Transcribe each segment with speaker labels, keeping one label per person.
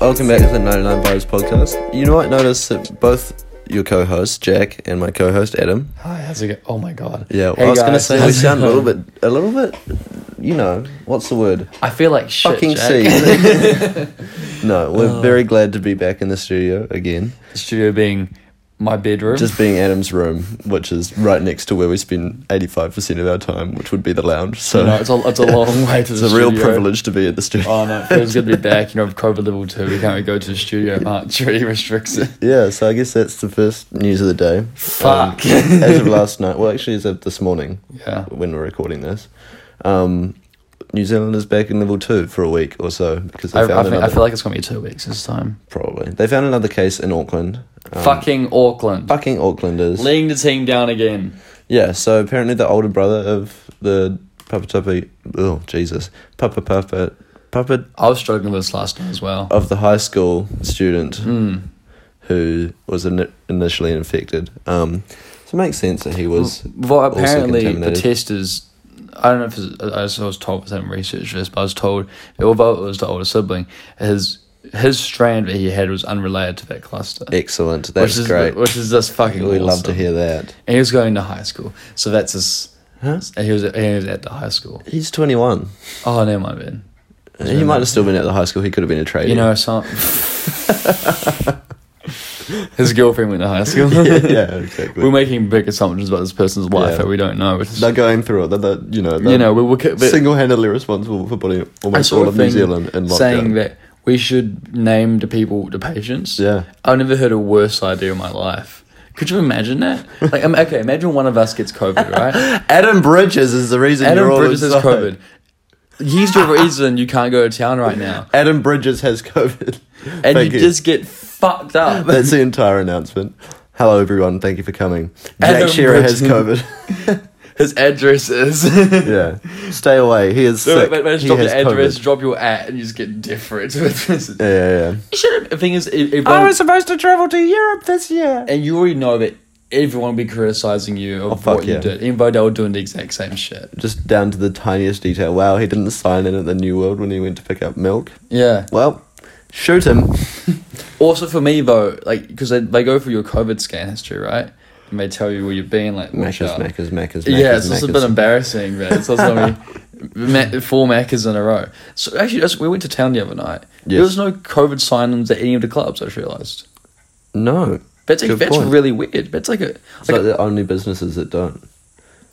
Speaker 1: Welcome back to the 99 Vibes podcast. You might notice that both your co host, Jack, and my co host, Adam.
Speaker 2: Hi, how's it go? Oh my god.
Speaker 1: Yeah, well,
Speaker 2: Hey,
Speaker 1: I was going to
Speaker 2: guys.
Speaker 1: say we sound a little bit, a little bit, you know, what's the word?
Speaker 3: I feel like shit.
Speaker 1: Fucking
Speaker 3: Jack.
Speaker 1: C. no, we're
Speaker 3: Oh.
Speaker 1: very glad to be back in the studio again.
Speaker 3: The studio being my bedroom.
Speaker 1: Just being Adam's room, which is right next to where we spend 85% of our time, which would be the lounge. So
Speaker 3: you know, it's a, it's a long way to
Speaker 1: it's
Speaker 3: the
Speaker 1: a real
Speaker 3: studio.
Speaker 1: privilege to be at the studio.
Speaker 3: Oh no, it feels good to be back. You know, with COVID level two, we can't go to the studio. Mark three restricts it.
Speaker 1: Yeah, so I guess that's the first news of the day.
Speaker 3: Fuck.
Speaker 1: Um, as of last night, well, actually, as of this morning
Speaker 3: Yeah.
Speaker 1: when we're recording this, um, New Zealand is back in level two for a week or so because they
Speaker 3: I, I,
Speaker 1: found
Speaker 3: think-
Speaker 1: another.
Speaker 3: I feel like it's gonna be two weeks this time.
Speaker 1: probably they found another case in Auckland. Um,
Speaker 3: Fucking Auckland,
Speaker 1: fucking Aucklanders.
Speaker 3: laying the team down again.
Speaker 1: yeah, so apparently the older brother of the Papa Tuppy, oh Jesus, Papa Papa Papa
Speaker 3: I was struggling with this last night as well.
Speaker 1: of the high school student
Speaker 3: Mm.
Speaker 1: who was in- initially infected. Um, so it makes sense that he was.
Speaker 3: Well, apparently the
Speaker 1: contaminated.
Speaker 3: test is. I don't know if it's, I was- I was told because I didn't research this, but I was told although it was the older sibling, his his strain that he had was unrelated to that cluster.
Speaker 1: Excellent. That's
Speaker 3: which is
Speaker 1: great.
Speaker 3: Which is just fucking.
Speaker 1: we love to
Speaker 3: awesome.
Speaker 1: hear that.
Speaker 3: And he was going to high school, so that's his.
Speaker 1: Huh?
Speaker 3: And he was he was at the high school.
Speaker 1: He's 21.
Speaker 3: Oh, never mind. Then.
Speaker 1: He might have still been at the high school. He could have been a trader.
Speaker 3: You know, some. his girlfriend went to high school.
Speaker 1: yeah, yeah, exactly.
Speaker 3: We're making big assumptions about this person's life
Speaker 1: Yeah.
Speaker 3: that we don't know. Which is,
Speaker 1: they're going through it. They're, they're, you know, they're
Speaker 3: you know, we were but
Speaker 1: single-handedly responsible for putting
Speaker 3: I
Speaker 1: almost
Speaker 3: saw
Speaker 1: all
Speaker 3: a
Speaker 1: of New
Speaker 3: thing
Speaker 1: Zealand in lockdown.
Speaker 3: saying that we should name the people the patients.
Speaker 1: yeah.
Speaker 3: I've never heard a worse idea in my life. Could you imagine that? Like, um, okay, imagine one of us gets COVID, right?
Speaker 1: Adam Bridges is the reason
Speaker 3: Adam
Speaker 1: you're all
Speaker 3: Bridges has
Speaker 1: inside.
Speaker 3: COVID. He's the reason you can't go to town right now.
Speaker 1: Adam Bridges has COVID. And
Speaker 3: And you just get fucked up.
Speaker 1: That's the entire announcement. Hello, everyone. Thank you for coming.
Speaker 3: Adam
Speaker 1: Jack Shearer has
Speaker 3: Bridges.
Speaker 1: COVID.
Speaker 3: His address is. Wait,
Speaker 1: yeah. Stay away. He is sick.
Speaker 3: wait, wait, just
Speaker 1: he
Speaker 3: drop
Speaker 1: has
Speaker 3: your address,
Speaker 1: COVID.
Speaker 3: drop your at, and you just get different.
Speaker 1: Yeah,
Speaker 3: you
Speaker 1: yeah, yeah.
Speaker 3: should have. The thing is, it, it won't-
Speaker 1: supposed to travel to Europe this year.
Speaker 3: and you already know that everyone will be criticizing you of
Speaker 1: Oh, fuck
Speaker 3: what you
Speaker 1: yeah.
Speaker 3: did, even though they were doing the exact same shit.
Speaker 1: Just down to the tiniest detail. Wow, he didn't sign in at the New World when he went to pick up milk.
Speaker 3: Yeah.
Speaker 1: Well, shoot him.
Speaker 3: Also, for me though, like because they, they go for your COVID scan history, right? And they tell you where you've been, like watch
Speaker 1: Maccas,
Speaker 3: out.
Speaker 1: Maccas, Maccas, Maccas.
Speaker 3: yeah, it's just a bit
Speaker 1: Maccas.
Speaker 3: embarrassing, but it's also me, four Maccas in a row. So actually, that's, we went to town the other night. There
Speaker 1: Yes.
Speaker 3: was no COVID sign-ins at any of the clubs. I just realised.
Speaker 1: No.
Speaker 3: That's
Speaker 1: Good
Speaker 3: that's
Speaker 1: point.
Speaker 3: really weird. That's like a,
Speaker 1: It's like
Speaker 3: like
Speaker 1: the only businesses that don't.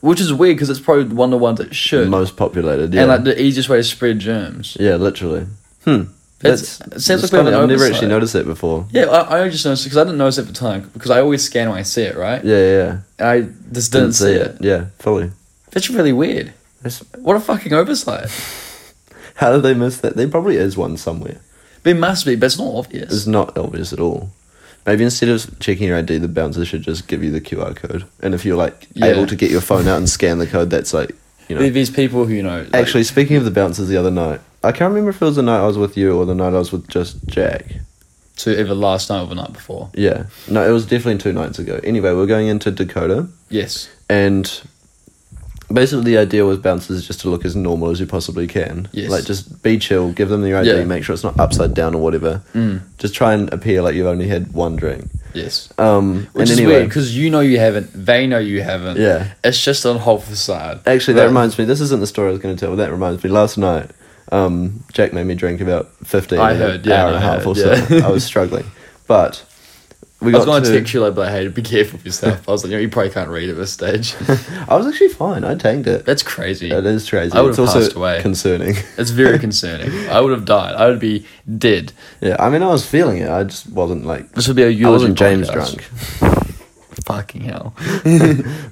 Speaker 3: which is weird because it's probably one of the ones that should,
Speaker 1: Most populated, yeah.
Speaker 3: and like the easiest way to spread germs.
Speaker 1: yeah, literally. Hmm.
Speaker 3: That's- it sounds like we have
Speaker 1: funny.
Speaker 3: an
Speaker 1: I've never
Speaker 3: oversight.
Speaker 1: actually noticed that before.
Speaker 3: Yeah, I, I just noticed because I didn't notice at the time because I always scan when I see it, right?
Speaker 1: Yeah, yeah. yeah.
Speaker 3: And I just didn't, see it.
Speaker 1: Yeah, fully.
Speaker 3: That's really weird.
Speaker 1: That's-
Speaker 3: What a fucking oversight.
Speaker 1: how did they miss that? There probably is one somewhere.
Speaker 3: There must be, but it's not obvious.
Speaker 1: It's not obvious at all. Maybe instead of checking your ID, the bouncer should just give you the QR code. And if you're like
Speaker 3: Yeah.
Speaker 1: able to get your phone out and scan the code, that's like, you know,
Speaker 3: There- These people who you know. like-
Speaker 1: Actually, speaking of the bouncers the other night, I can't remember if it was the night I was with you or the night I was with just Jack.
Speaker 3: to either last night or the night before.
Speaker 1: Yeah. No, it was definitely two nights ago. Anyway, we are going into Dakota,
Speaker 3: Yes.
Speaker 1: and basically the idea with bouncers is just to look as normal as you possibly can.
Speaker 3: Yes.
Speaker 1: Like, just be chill, give them your ID,
Speaker 3: Yeah.
Speaker 1: make sure it's not upside down or whatever.
Speaker 3: Mm.
Speaker 1: Just try and appear like you've only had one drink.
Speaker 3: Yes.
Speaker 1: Um, and
Speaker 3: Which is
Speaker 1: anyway,
Speaker 3: weird because you know you haven't. They know you haven't.
Speaker 1: Yeah.
Speaker 3: It's just on whole facade.
Speaker 1: Actually, that
Speaker 3: But-
Speaker 1: reminds me. This isn't the story I was going to tell. But that reminds me. Last night, um, Jack made me drink about fifteen.
Speaker 3: I
Speaker 1: in an
Speaker 3: heard, yeah,
Speaker 1: hour and a
Speaker 3: I
Speaker 1: half or
Speaker 3: heard,
Speaker 1: so.
Speaker 3: yeah.
Speaker 1: I was struggling, but we
Speaker 3: I was
Speaker 1: got
Speaker 3: going to
Speaker 1: to.
Speaker 3: text you like, but hey, be careful with yourself. I was like, you know, you probably can't read at this stage.
Speaker 1: I was actually fine. I tanked it.
Speaker 3: That's crazy.
Speaker 1: It is crazy.
Speaker 3: I would
Speaker 1: it's
Speaker 3: have
Speaker 1: also
Speaker 3: passed away.
Speaker 1: concerning.
Speaker 3: It's very concerning. I would have died. I would be dead.
Speaker 1: yeah, I mean, I was feeling it. I just wasn't like.
Speaker 3: This would be a
Speaker 1: I
Speaker 3: eulogy.
Speaker 1: wasn't James
Speaker 3: podcast.
Speaker 1: drunk.
Speaker 3: Fucking hell.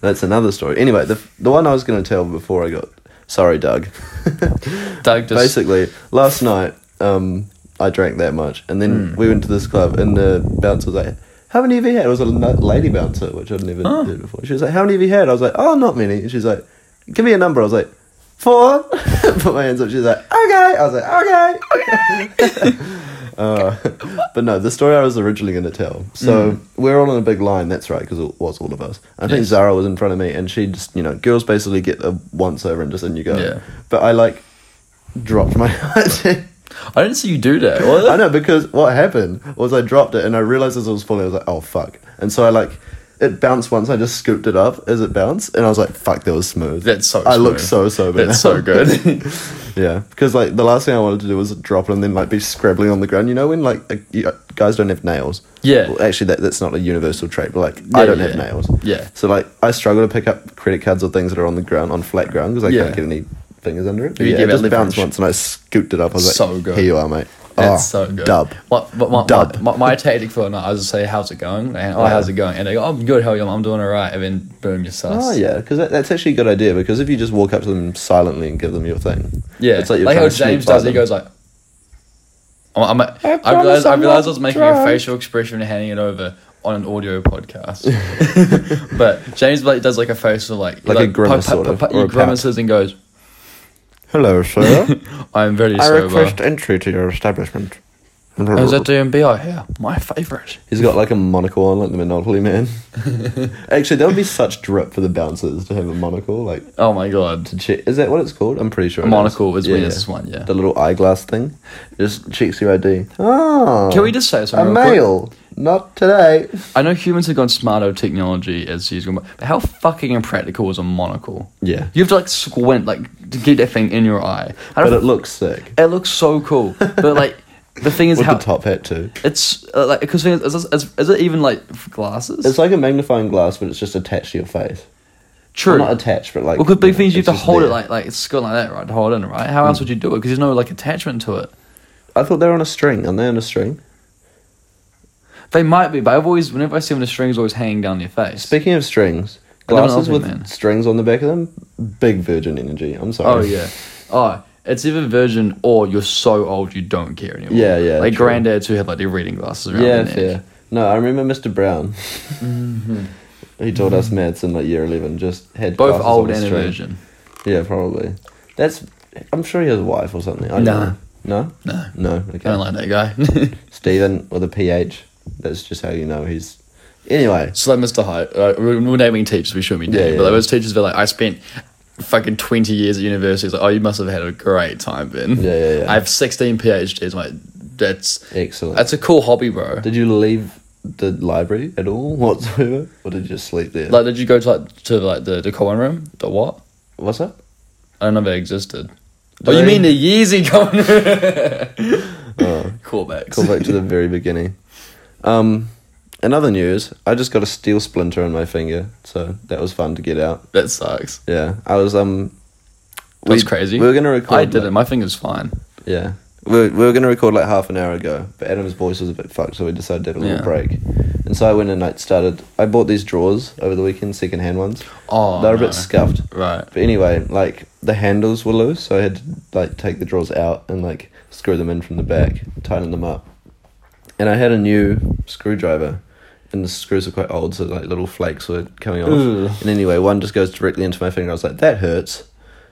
Speaker 1: That's another story. Anyway, the the one I was going to tell before I got. Sorry, Doug.
Speaker 3: Doug just
Speaker 1: basically last night um i drank that much and then
Speaker 3: Hmm.
Speaker 1: we went to this club and the bouncer was like how many have you had it was a n- lady bouncer which i'd never
Speaker 3: Oh.
Speaker 1: heard before she was like how many have you had i was like oh not many and she's like give me a number i was like four put my hands up she's like okay i was like okay okay Uh, but no, the story I was originally going to tell. So we're all in a big line. That's right, because it was all of us. I think
Speaker 3: Hmm. Yes.
Speaker 1: Zara was in front of me, and she just, you know, girls basically get a once over and just in you go.
Speaker 3: Yeah.
Speaker 1: But I like dropped my ID.
Speaker 3: I didn't see you do that. What?
Speaker 1: I know because what happened was I dropped it and I realized as it was falling, I was like, oh fuck. And so I like, it bounced once. I just scooped it up as it bounced, and I was like, fuck, that was smooth.
Speaker 3: That's so.
Speaker 1: I look so
Speaker 3: smooth.
Speaker 1: sober.
Speaker 3: That's
Speaker 1: now.
Speaker 3: so good.
Speaker 1: yeah, because like the last thing I wanted to do was drop it and then like be scribbling on the ground. You know when like uh, you- uh, guys don't have nails.
Speaker 3: Yeah.
Speaker 1: Well, actually, that, that's not a universal trait, but like
Speaker 3: Yeah,
Speaker 1: I don't have
Speaker 3: yeah.
Speaker 1: nails.
Speaker 3: Yeah.
Speaker 1: So like I struggle to pick up credit cards or things that are on the ground on flat ground because I
Speaker 3: Yeah.
Speaker 1: can't get any fingers under it. But
Speaker 3: You
Speaker 1: yeah,
Speaker 3: give
Speaker 1: it
Speaker 3: it
Speaker 1: just
Speaker 3: leverage.
Speaker 1: bounced once, and I scooped it up. I was like,
Speaker 3: So good.
Speaker 1: Here you are, mate.
Speaker 3: That's
Speaker 1: Oh,
Speaker 3: so good.
Speaker 1: Dub.
Speaker 3: My, but my,
Speaker 1: Dub.
Speaker 3: My, my, my tactic for a night, I just say, "How's it going?" And oh,
Speaker 1: Yeah.
Speaker 3: how's it going? And they go, "I'm good. How are you? I'm doing all right." And then boom, you're sus.
Speaker 1: Oh yeah, because that, that's actually a good idea. Because if you just walk up to them silently and give them your thing,
Speaker 3: Yeah,
Speaker 1: it's like, you're
Speaker 3: how
Speaker 1: trying to sneak
Speaker 3: James
Speaker 1: by
Speaker 3: does. He
Speaker 1: them.
Speaker 3: goes like, I'm, I'm,
Speaker 1: I
Speaker 3: I
Speaker 1: promise
Speaker 3: realized I
Speaker 1: I'm
Speaker 3: realized I
Speaker 1: not
Speaker 3: was making a
Speaker 1: drunk.
Speaker 3: facial expression and handing it over on an audio podcast. but James like does like a face of like
Speaker 1: Like a grimace sort of,
Speaker 3: he
Speaker 1: or a pout.
Speaker 3: grimaces and goes,
Speaker 1: "Hello, sir.
Speaker 3: "I'm very sober."
Speaker 1: entry to your establishment."
Speaker 3: uh, Oh, Is that DMB I hear? My favorite.
Speaker 1: He's got like a monocle on, like the Monopoly man. actually, that would be such drip for the bouncers to have a monocle. Like,
Speaker 3: Oh my god,
Speaker 1: to check. Is that what it's called? I'm pretty sure.
Speaker 3: a
Speaker 1: it
Speaker 3: monocle is
Speaker 1: Yeah,
Speaker 3: when
Speaker 1: yeah.
Speaker 3: it's this one. Yeah.
Speaker 1: The little eyeglass thing just checks your ID. Oh,
Speaker 3: Can we just say
Speaker 1: a
Speaker 3: something? real quick?
Speaker 1: male? Not today.
Speaker 3: I know humans have gone smarto technology as years gone by, but how fucking impractical is a monocle?
Speaker 1: Yeah,
Speaker 3: You have to like squint like to get that thing in your eye. I
Speaker 1: but
Speaker 3: don't
Speaker 1: it looks sick
Speaker 3: It looks so cool, but like the thing is
Speaker 1: with
Speaker 3: how
Speaker 1: the top hat too.
Speaker 3: it's uh, like because is, this- is, is it even like f- glasses?
Speaker 1: It's like a magnifying glass, but it's just attached to your face.
Speaker 3: True.
Speaker 1: Well, not attached, but like.
Speaker 3: well, because big
Speaker 1: know,
Speaker 3: things you have
Speaker 1: it's
Speaker 3: to
Speaker 1: just
Speaker 3: hold it
Speaker 1: there. Mm.
Speaker 3: like like it's good like that, right? To hold in, right? How else would you do it? Because there's no like attachment to it.
Speaker 1: I thought they were on a string. Aren't they on a string?
Speaker 3: They might be, but I've always whenever I see them, the strings always hanging down their face.
Speaker 1: Speaking of strings,
Speaker 3: I don't
Speaker 1: glasses
Speaker 3: know,
Speaker 1: with
Speaker 3: man.
Speaker 1: strings on the back of them, big virgin energy. I'm
Speaker 3: oh
Speaker 1: sorry.
Speaker 3: yeah. Oh, it's either virgin or you're so old you don't care anymore.
Speaker 1: Yeah, yeah,
Speaker 3: Like
Speaker 1: true.
Speaker 3: granddads who have like their reading glasses around
Speaker 1: Yeah,
Speaker 3: their neck.
Speaker 1: fair. No, I remember Mr. Brown. He taught us maths in like year 11, just had
Speaker 3: Mm-hmm. Both
Speaker 1: glasses
Speaker 3: old
Speaker 1: on a
Speaker 3: and a
Speaker 1: string.
Speaker 3: virgin.
Speaker 1: Yeah, probably. That's. I'm sure he has a wife or something. I don't
Speaker 3: Nah.
Speaker 1: know.
Speaker 3: No,
Speaker 1: No? No.
Speaker 3: I don't
Speaker 1: Okay.
Speaker 3: like that guy.
Speaker 1: Stephen with a PH. That's just how you know he's. Anyway.
Speaker 3: So like Mr. Hyde, uh, we're we're naming teachers, we shouldn't be naming,
Speaker 1: Yeah, yeah,
Speaker 3: but like
Speaker 1: yeah.
Speaker 3: those teachers were like, I spent fucking 20 years at university. It's like, oh, you must have had a great time, Ben.
Speaker 1: Yeah, yeah, yeah.
Speaker 3: I have 16 PhDs. I'm like, that's,
Speaker 1: Excellent.
Speaker 3: that's a cool hobby, bro.
Speaker 1: Did you leave the library at all whatsoever? Or did you just sleep there?
Speaker 3: like, did you go to like, to like the, the common room? The what?
Speaker 1: What's up?
Speaker 3: I don't know if it existed.
Speaker 1: Do
Speaker 3: oh,
Speaker 1: they-
Speaker 3: you mean the Yeezy common room?
Speaker 1: Oh.
Speaker 3: Callbacks.
Speaker 1: Call back to the very beginning. Um, in other news, I just got a steel splinter in my finger, so that was fun to get out.
Speaker 3: That sucks.
Speaker 1: Yeah, I was um.
Speaker 3: That's
Speaker 1: we-
Speaker 3: crazy.
Speaker 1: We were gonna record.
Speaker 3: I did
Speaker 1: like-
Speaker 3: it. My finger's fine.
Speaker 1: Yeah, we were, we were gonna record like half an hour ago, but Adam's voice was a bit fucked, so we decided to have a little
Speaker 3: Yeah.
Speaker 1: break. And so I went and I started. I bought these drawers over the weekend, second hand ones.
Speaker 3: Oh,
Speaker 1: they were a
Speaker 3: no.
Speaker 1: bit scuffed.
Speaker 3: Right.
Speaker 1: But anyway, like the handles were loose, so I had to like take the drawers out and like screw them in from the back, tighten them up. And I had a new screwdriver, and the screws are quite old, so like little flakes were coming off.
Speaker 3: Ugh.
Speaker 1: And anyway, one just goes directly into my finger. I was like, that hurts.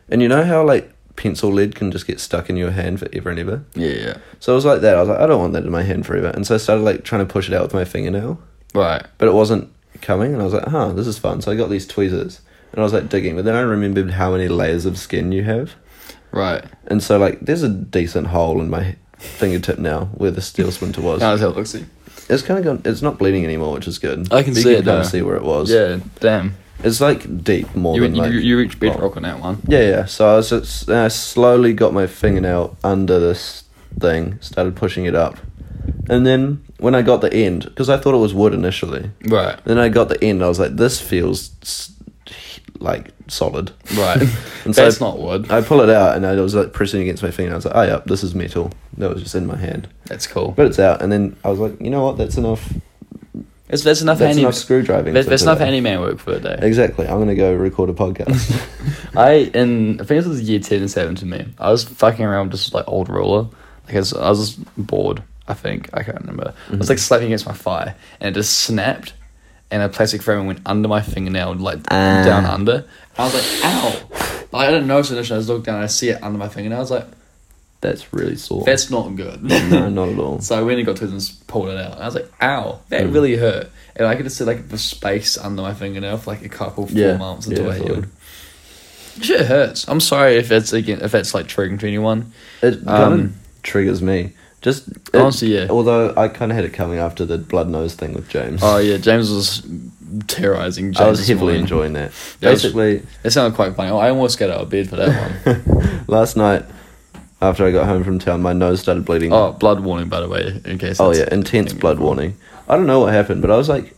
Speaker 1: And you know how like pencil lead can just get stuck in your hand forever and ever.
Speaker 3: Yeah, yeah.
Speaker 1: So I was like that. I was like, I don't want that in my hand forever. And so I started like trying to push it out with my fingernail
Speaker 3: Right.
Speaker 1: but it wasn't coming and I was like, huh, this is fun. So I got these tweezers and I was like digging, but then I remembered how many layers of skin you have.
Speaker 3: Right.
Speaker 1: And so like there's a decent hole in my fingertip now where the steel splinter was.
Speaker 3: Now that's how it looks. Yeah,
Speaker 1: It's kind of gone it's not bleeding anymore, which is good.
Speaker 3: I can
Speaker 1: But
Speaker 3: see
Speaker 1: you
Speaker 3: it
Speaker 1: kind
Speaker 3: now.
Speaker 1: of see where it was.
Speaker 3: damn.
Speaker 1: It's like deep more
Speaker 3: You,
Speaker 1: than
Speaker 3: you,
Speaker 1: like
Speaker 3: you, you reached
Speaker 1: well,
Speaker 3: bedrock on that one.
Speaker 1: Yeah, yeah. So I was just, and I slowly got my fingernail under this thing, started pushing it up. And then when I got the end, because I thought it was wood initially,
Speaker 3: Right.
Speaker 1: Then I got the end. I was like, this feels s- like solid.
Speaker 3: Right.
Speaker 1: And so
Speaker 3: That's
Speaker 1: I,
Speaker 3: not wood.
Speaker 1: I pull it out and I was like pressing against my finger. I was like, oh yeah, this is metal. That was just in my hand,
Speaker 3: That's cool.
Speaker 1: but it's out. And then I was like, you know what? That's enough.
Speaker 3: That's, that's enough
Speaker 1: That's
Speaker 3: handy.
Speaker 1: enough screwdriving.
Speaker 3: That's,
Speaker 1: for
Speaker 3: that's enough
Speaker 1: today.
Speaker 3: handyman work for a day.
Speaker 1: Exactly. I'm gonna go record a podcast.
Speaker 3: I in I think it was year ten and seven to me. I was fucking around with this like old ruler. Like I was, I was just bored. I think I can't remember. I was like
Speaker 1: Mhm.
Speaker 3: slapping against my fire, and it just snapped, and a plastic frame went under my fingernail, like
Speaker 1: Ah.
Speaker 3: down under. I was like, ow! Like, I didn't notice initially. I just looked down, and I see it under my fingernail. I was like,
Speaker 1: That's really sore.
Speaker 3: that's not good.
Speaker 1: no, not at all.
Speaker 3: So I went and got to it and s- pulled it out. And I was like, ow, that really hurt. And I could just see like the space under my fingernail for like a couple, four
Speaker 1: Yeah.
Speaker 3: months
Speaker 1: Yeah,
Speaker 3: until I
Speaker 1: fully.
Speaker 3: healed. Shit hurts. I'm sorry if that's again if that's like triggering to anyone.
Speaker 1: It kind
Speaker 3: Um,
Speaker 1: of triggers me. Just it-
Speaker 3: Honestly, yeah.
Speaker 1: Although I kind of had it coming after the blood nose thing with James.
Speaker 3: Oh yeah, James was terrorizing. James
Speaker 1: I was
Speaker 3: this
Speaker 1: heavily
Speaker 3: morning.
Speaker 1: enjoying that.
Speaker 3: That was-
Speaker 1: Basically,
Speaker 3: It sounded quite funny. I almost got out of bed for that one.
Speaker 1: last night after I got home from town, my nose started bleeding.
Speaker 3: Oh, blood warning, by the way, in case.
Speaker 1: Oh
Speaker 3: that's-
Speaker 1: yeah, intense blood warning. I don't know what happened, but I was like,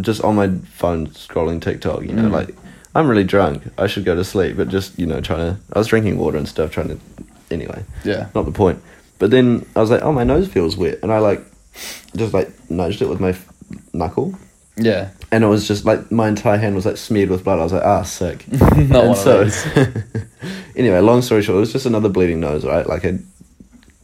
Speaker 1: just on my phone scrolling TikTok. You know,
Speaker 3: Mm.
Speaker 1: like I'm really drunk. I should go to sleep, but just you know, trying to. I was drinking water and stuff, trying to. Anyway,
Speaker 3: Yeah.
Speaker 1: not the point. But then I was like, oh, my nose feels wet, and I like, just like nudged it with my f- knuckle,
Speaker 3: Yeah.
Speaker 1: and it was just like my entire hand was like smeared with blood. I was like, ah, sick.
Speaker 3: Not
Speaker 1: And
Speaker 3: one
Speaker 1: so,
Speaker 3: of those.
Speaker 1: anyway, long story short, it was just another bleeding nose, right? Like I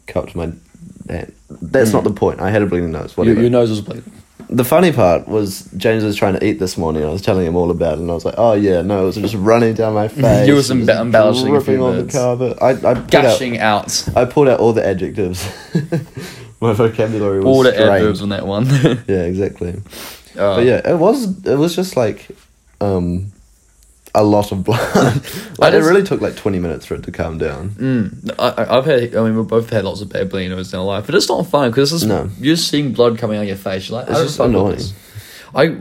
Speaker 1: cupped my hand.
Speaker 3: Hmm.
Speaker 1: That's not the point. I had a bleeding nose.
Speaker 3: Your,
Speaker 1: Whatever.
Speaker 3: your nose was bleeding.
Speaker 1: The funny part was James was trying to eat this morning. I was telling him all about it, and I was like, "Oh yeah, no, it was just running down my face.
Speaker 3: You was
Speaker 1: It
Speaker 3: emba- embellishing a
Speaker 1: dripping
Speaker 3: few
Speaker 1: on
Speaker 3: words.
Speaker 1: the carpet. I, I pulled
Speaker 3: Gushing out
Speaker 1: Out, I pulled out all the adjectives. my vocabulary was
Speaker 3: all the
Speaker 1: strained.
Speaker 3: adverbs on that one.
Speaker 1: Yeah, exactly.
Speaker 3: Oh.
Speaker 1: But yeah, it was it was just like um, a lot of blood.
Speaker 3: I
Speaker 1: like, it
Speaker 3: just-
Speaker 1: really took like twenty minutes for it to calm down.
Speaker 3: Mm. I- I, I've had, I mean, we've both had lots of bad bleeding noses in our life, but it's not fun because it's
Speaker 1: No.
Speaker 3: you're just seeing blood coming out of your face. You're like,
Speaker 1: It's
Speaker 3: I don't
Speaker 1: just
Speaker 3: fuck with
Speaker 1: annoying.
Speaker 3: this. I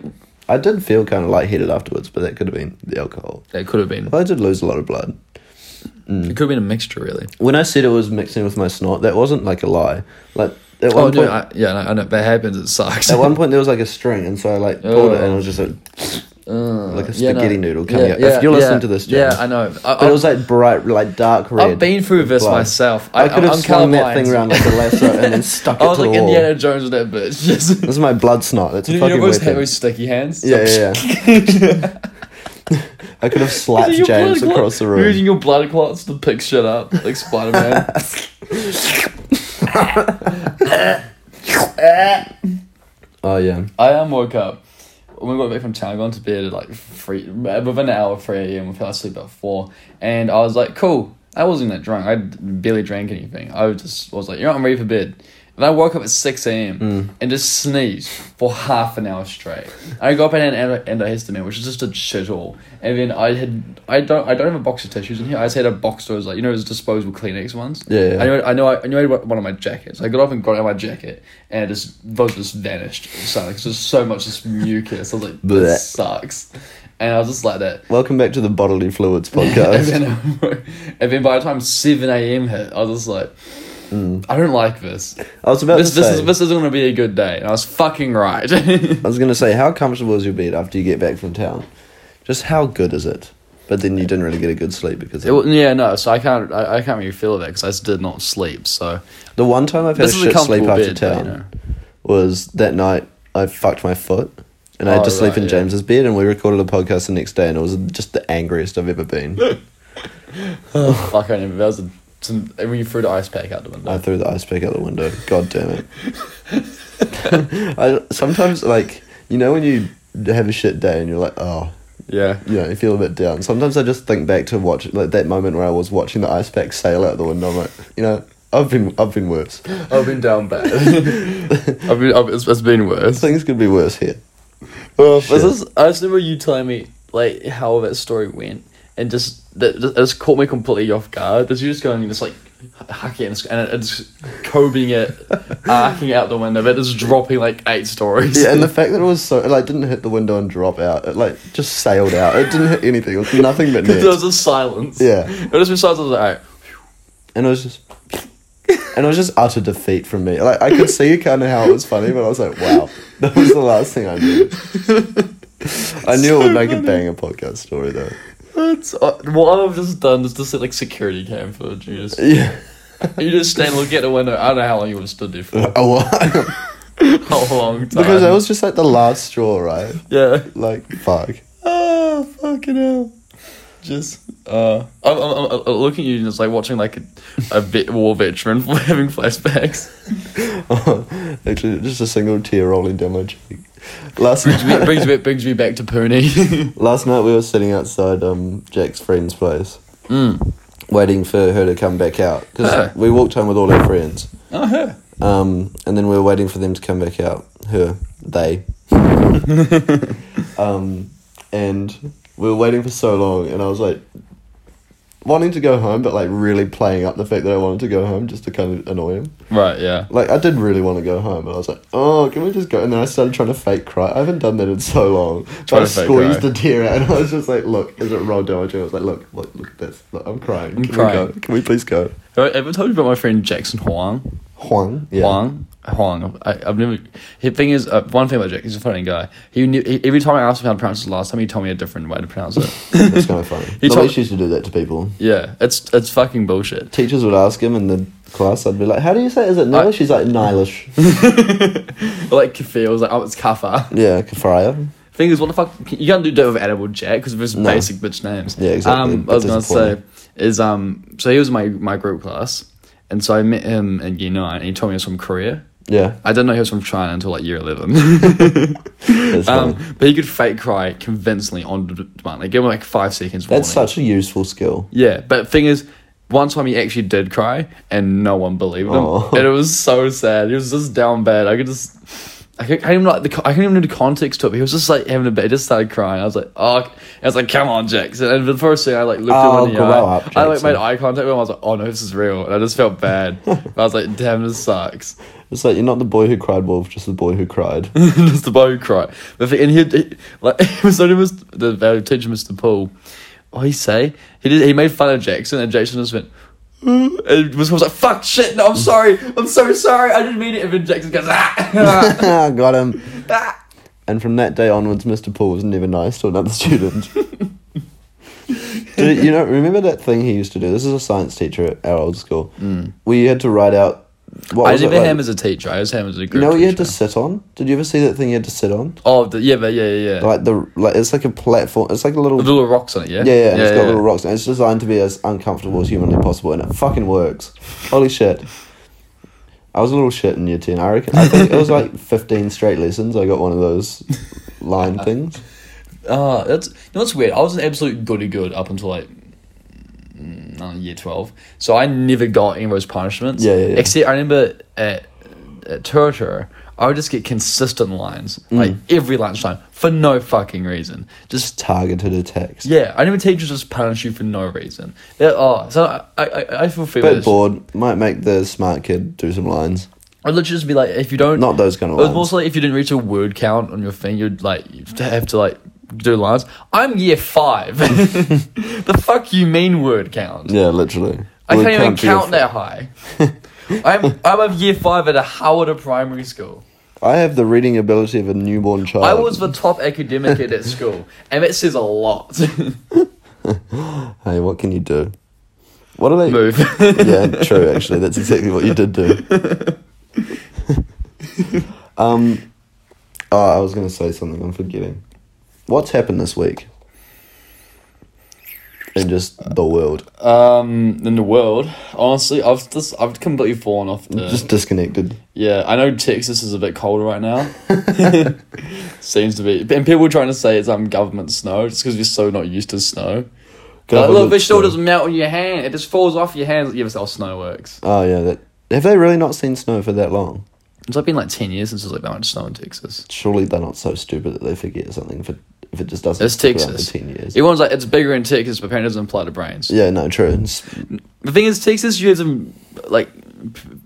Speaker 1: I did feel kind of lightheaded afterwards, but that could have been the alcohol.
Speaker 3: that could have been.
Speaker 1: But I did lose a lot of blood. Mm.
Speaker 3: It could have been a mixture, really.
Speaker 1: when I said it was mixing with my snot, that wasn't like a lie. Like at one
Speaker 3: Oh, dude,
Speaker 1: point,
Speaker 3: I, yeah, no, I know that happens. It sucks.
Speaker 1: at one point there was like a string, and so I like pulled it, and it was just like,
Speaker 3: Uh,
Speaker 1: like a
Speaker 3: yeah, no.
Speaker 1: spaghetti noodle coming
Speaker 3: Yeah,
Speaker 1: out.
Speaker 3: yeah,
Speaker 1: if you're listening
Speaker 3: yeah,
Speaker 1: to this,
Speaker 3: yeah,
Speaker 1: James,
Speaker 3: I know. I,
Speaker 1: but it was like bright, like dark red.
Speaker 3: Oh. I've been through this
Speaker 1: blood.
Speaker 3: myself.
Speaker 1: I, could have
Speaker 3: I'm
Speaker 1: swung that
Speaker 3: colorblind.
Speaker 1: thing around like a lasso and then stuck it
Speaker 3: I was
Speaker 1: to
Speaker 3: like
Speaker 1: the wall.
Speaker 3: Indiana Jones with that bitch. Just,
Speaker 1: This is my blood snot. It's a
Speaker 3: you know
Speaker 1: fucking
Speaker 3: those
Speaker 1: weapon.
Speaker 3: heavy sticky hands?
Speaker 1: yeah, yeah, yeah. I could have slapped
Speaker 3: Your blood
Speaker 1: James
Speaker 3: clot-
Speaker 1: across the
Speaker 3: You're
Speaker 1: room.
Speaker 3: using your blood clots to pick shit up, like Spider Man.
Speaker 1: Oh yeah.
Speaker 3: I um woke up when we got back from town. I got into bed at like three within an hour, of three a.m. We fell asleep at four, and I was like, "Cool." I wasn't that drunk. I barely drank anything. I was just I was like, "You know, what, I'm ready for bed." And I woke up at six a.m.
Speaker 1: Hmm.
Speaker 3: and just sneezed for half an hour straight. I got up and had an antihistamine, which is just a shit all. And then I had I don't I don't have a box of tissues in here. I just had a box that was like you know those disposable Kleenex ones.
Speaker 1: Yeah, yeah.
Speaker 3: I know I know I, I knew I had one of my jackets. I got off and got out my jacket, and it just those just vanished. So like there's so much just mucus. I was like,
Speaker 1: Blech.
Speaker 3: this sucks, and I was just like that.
Speaker 1: Welcome back to the bodily fluids
Speaker 3: and,
Speaker 1: podcast.
Speaker 3: then, and then by the time seven a.m. hit, I was just like, I don't like this.
Speaker 1: Mm. I was about
Speaker 3: This
Speaker 1: to
Speaker 3: this
Speaker 1: say.
Speaker 3: is this isn't gonna be a good day. And I was fucking right.
Speaker 1: I was gonna say, how comfortable is your bed after you get back from town? Just how good is it? But then you didn't really get a good sleep because
Speaker 3: It wa- yeah, no. So I can't I, I can't really feel that because I just did not sleep. So
Speaker 1: the one time I've had
Speaker 3: This is
Speaker 1: a
Speaker 3: a
Speaker 1: shit sleep
Speaker 3: comfortable
Speaker 1: after
Speaker 3: bed, though,
Speaker 1: town
Speaker 3: you know.
Speaker 1: was that night I fucked my foot and I had
Speaker 3: Oh,
Speaker 1: to sleep
Speaker 3: right,
Speaker 1: in
Speaker 3: yeah.
Speaker 1: James's bed and we recorded a podcast the next day and it was just the angriest I've ever been.
Speaker 3: fuck, I never. That was a, some, when you threw the ice pack out the window.
Speaker 1: I threw the ice pick out the window. God damn it. I sometimes like you know when you have a shit day and you're like, oh,
Speaker 3: yeah.
Speaker 1: you know, you feel a bit down. Sometimes I just think back to watch like that moment where I was watching the ice pack sail out the window. I'm like, you know, I've been I've been worse.
Speaker 3: I've been down bad. I've been, I've, it's, it's been worse.
Speaker 1: Things could be worse here.
Speaker 3: This is, I just remember you telling me like how that story went, and just that that just caught me completely off guard. Because you just going and just like h- hucking it and it's, and it's cobing it, arcing out the window, but it's dropping like eight stories.
Speaker 1: Yeah, and the fact that it was so it, like didn't hit the window and drop out. It like just sailed out. It didn't hit anything. It was nothing but
Speaker 3: there was
Speaker 1: net.
Speaker 3: just silence.
Speaker 1: Yeah.
Speaker 3: it was just silence. I was like, alright.
Speaker 1: And it was just and it was just utter defeat from me. Like I could see kind of how it was funny, but I was like, wow, that was the last thing I knew. I knew it would make a banger podcast story though.
Speaker 3: That's, uh, what I've just done is just like security cam footage. You just,
Speaker 1: Yeah.
Speaker 3: you just stand looking at the window. I don't know how long you would have stood there for.
Speaker 1: A while.
Speaker 3: A long time.
Speaker 1: Because that was just like the last straw, right?
Speaker 3: yeah.
Speaker 1: Like, fuck.
Speaker 3: Ah, fucking hell. Just, uh, I'm, I'm, I'm I'm looking at you and it's like watching like a, a vet, war veteran having flashbacks.
Speaker 1: Actually, just a single tear rolling down my cheek. Last
Speaker 3: It
Speaker 1: night,
Speaker 3: brings me, brings me back to Poonie.
Speaker 1: last night we were sitting outside um, Jack's friend's place,
Speaker 3: Mm.
Speaker 1: waiting for her to come back out because
Speaker 3: Her?
Speaker 1: we walked home with all our friends,
Speaker 3: oh, her.
Speaker 1: um, and then we were waiting for them to come back out. Her, they, um, and we were waiting for so long, and I was like, wanting to go home, but like really playing up the fact that I wanted to go home just to kind of annoy him.
Speaker 3: Right, yeah.
Speaker 1: Like I did really want to go home, but I was like, "Oh, can we just go?" And then I started trying to fake cry. I haven't done that in so long. But
Speaker 3: Trying
Speaker 1: I
Speaker 3: to fake
Speaker 1: squeezed
Speaker 3: cry.
Speaker 1: a tear out, and I was just like, "Look, is it Roll Dojo?" I was like, "Look, look, look at this. Look, I'm crying.
Speaker 3: I'm
Speaker 1: can we go?
Speaker 3: crying.
Speaker 1: Can we please go?"
Speaker 3: Have I ever told you about my friend Jackson Huang?
Speaker 1: Huang, yeah,
Speaker 3: Huang? Huang. I, I've never. The thing is, uh, one thing about Jack, he's a funny guy. He, knew, he Every time I asked him how to pronounce his last name, he told me a different way to pronounce it.
Speaker 1: that's kind of funny.
Speaker 3: He
Speaker 1: the
Speaker 3: told-
Speaker 1: least used to do that to people.
Speaker 3: yeah, it's it's fucking bullshit.
Speaker 1: Teachers would ask him in the class. I'd be like, "How do you say? It? Is it Nilish?" He's like, "Nilish."
Speaker 3: Like Kafir was like, oh, it's Kafa.
Speaker 1: yeah, Kafraya.
Speaker 3: Thing is, what the fuck? You can't do that with Edible Jack because of his
Speaker 1: No.
Speaker 3: basic bitch names.
Speaker 1: Yeah, exactly.
Speaker 3: Um, I was gonna
Speaker 1: That's disappointing.
Speaker 3: say is um. So he was in my my group class, and so I met him in year nine, and he told me he was from Korea.
Speaker 1: Yeah,
Speaker 3: I didn't know he was from China until like year eleven.
Speaker 1: that's funny.
Speaker 3: um, but he could fake cry convincingly on d- demand. Like give him like five seconds. Warning.
Speaker 1: That's such a useful skill.
Speaker 3: Yeah, but thing is, one time he actually did cry, and no one believed him,
Speaker 1: Aw.
Speaker 3: and it was so sad. He was just down bad. I could just. I can't even like the co- I can't even do the context to it. But he was just like having a bit. He just started crying. I was like, oh, I was like, come on, Jackson. And the first thing I like looked
Speaker 1: Oh,
Speaker 3: at him in the
Speaker 1: grow
Speaker 3: eye,
Speaker 1: up,
Speaker 3: I like
Speaker 1: Jackson.
Speaker 3: made eye contact with him. I was like, oh no, this is real. And I just felt bad. but I was like, damn, this sucks.
Speaker 1: It's like you're not the boy who cried wolf, just the boy who cried.
Speaker 3: just the boy who cried. But the- and he, he like it was only Mr. the uh, teacher Mr. Paul. What he say? He did. He made fun of Jackson, and Jackson just went. "Ooh," And was was like, "Fuck, shit! No, I'm
Speaker 1: Mm.
Speaker 3: sorry. I'm so sorry. I didn't mean it." And then Jackson goes, "Ah,
Speaker 1: Got him.
Speaker 3: ah."
Speaker 1: And from that day onwards, Mr. Paul was never nice to another student. Did, you know, remember that thing he used to do? This is a science teacher at our old school. Mm. Where you had to write out. What
Speaker 3: I
Speaker 1: was
Speaker 3: never
Speaker 1: it
Speaker 3: had
Speaker 1: like?
Speaker 3: him as a teacher. I just had him as a
Speaker 1: You
Speaker 3: group
Speaker 1: know what you had
Speaker 3: teacher.
Speaker 1: to sit on? Did you ever see that thing you had to sit on?
Speaker 3: oh, the, yeah, but yeah, yeah, yeah.
Speaker 1: Like the like, it's like a platform. It's like a little.
Speaker 3: the little rocks on it, yeah,
Speaker 1: yeah, yeah, and it's got little rocks, and it's designed to be as uncomfortable as humanly possible, and it fucking works. Holy shit! I was a little shit in year ten. I reckon. I think it was like fifteen straight lessons. I got one of those line things.
Speaker 3: Ah, that's you know what's weird. I was an absolute goody good up until like mm, uh, year twelve, so I never got any of those punishments.
Speaker 1: Yeah, yeah, yeah.
Speaker 3: Except I remember at, at Turtur, I would just get consistent lines
Speaker 1: Mm.
Speaker 3: like every lunchtime for no fucking reason. Just
Speaker 1: Targeted attacks.
Speaker 3: yeah, I remember teachers just punish you for no reason. They're, oh, so I I, I feel for
Speaker 1: Bit
Speaker 3: this.
Speaker 1: bored. Might make the smart kid do some lines.
Speaker 3: I'd literally just be like, if you don't,
Speaker 1: Not those kind of
Speaker 3: It was
Speaker 1: lines.
Speaker 3: more so like if you didn't reach a word count on your thing, you'd like you'd have to like do lines. I'm year five. the fuck you mean word count?
Speaker 1: Yeah, literally.
Speaker 3: I
Speaker 1: Well,
Speaker 3: can't even
Speaker 1: be a
Speaker 3: count
Speaker 1: f-
Speaker 3: that high. I'm I'm of year five at a Howard primary school.
Speaker 1: I have the reading ability of a newborn child.
Speaker 3: I was the top academic at that school, and that says a lot.
Speaker 1: Hey, what can you do? What are they?
Speaker 3: Move.
Speaker 1: yeah, true. Actually, that's exactly what you did do. um, oh, I was going to say something. I'm forgetting. What's happened this week? In just the world,
Speaker 3: um, in the world, honestly, I've just I've completely fallen off the.
Speaker 1: just disconnected.
Speaker 3: Yeah, I know Texas is a bit colder right now. Seems to be, and people are trying to say it's um government snow just because you're so not used to snow. Like, look,
Speaker 1: Government
Speaker 3: it still
Speaker 1: snow.
Speaker 3: doesn't melt on your hand; it just falls off your hands. Yeah, that's how snow works.
Speaker 1: Oh yeah, that have they really not seen snow for that long?
Speaker 3: It's like been like ten years since there's like that much snow in Texas.
Speaker 1: Surely they're not so stupid that they forget something for if it just doesn't.
Speaker 3: It's
Speaker 1: stick around
Speaker 3: Texas.
Speaker 1: for ten years.
Speaker 3: Everyone's like, it's bigger in Texas, but apparently it doesn't apply to brains.
Speaker 1: yeah, no, true. It's-
Speaker 3: The thing is, Texas, you have to like,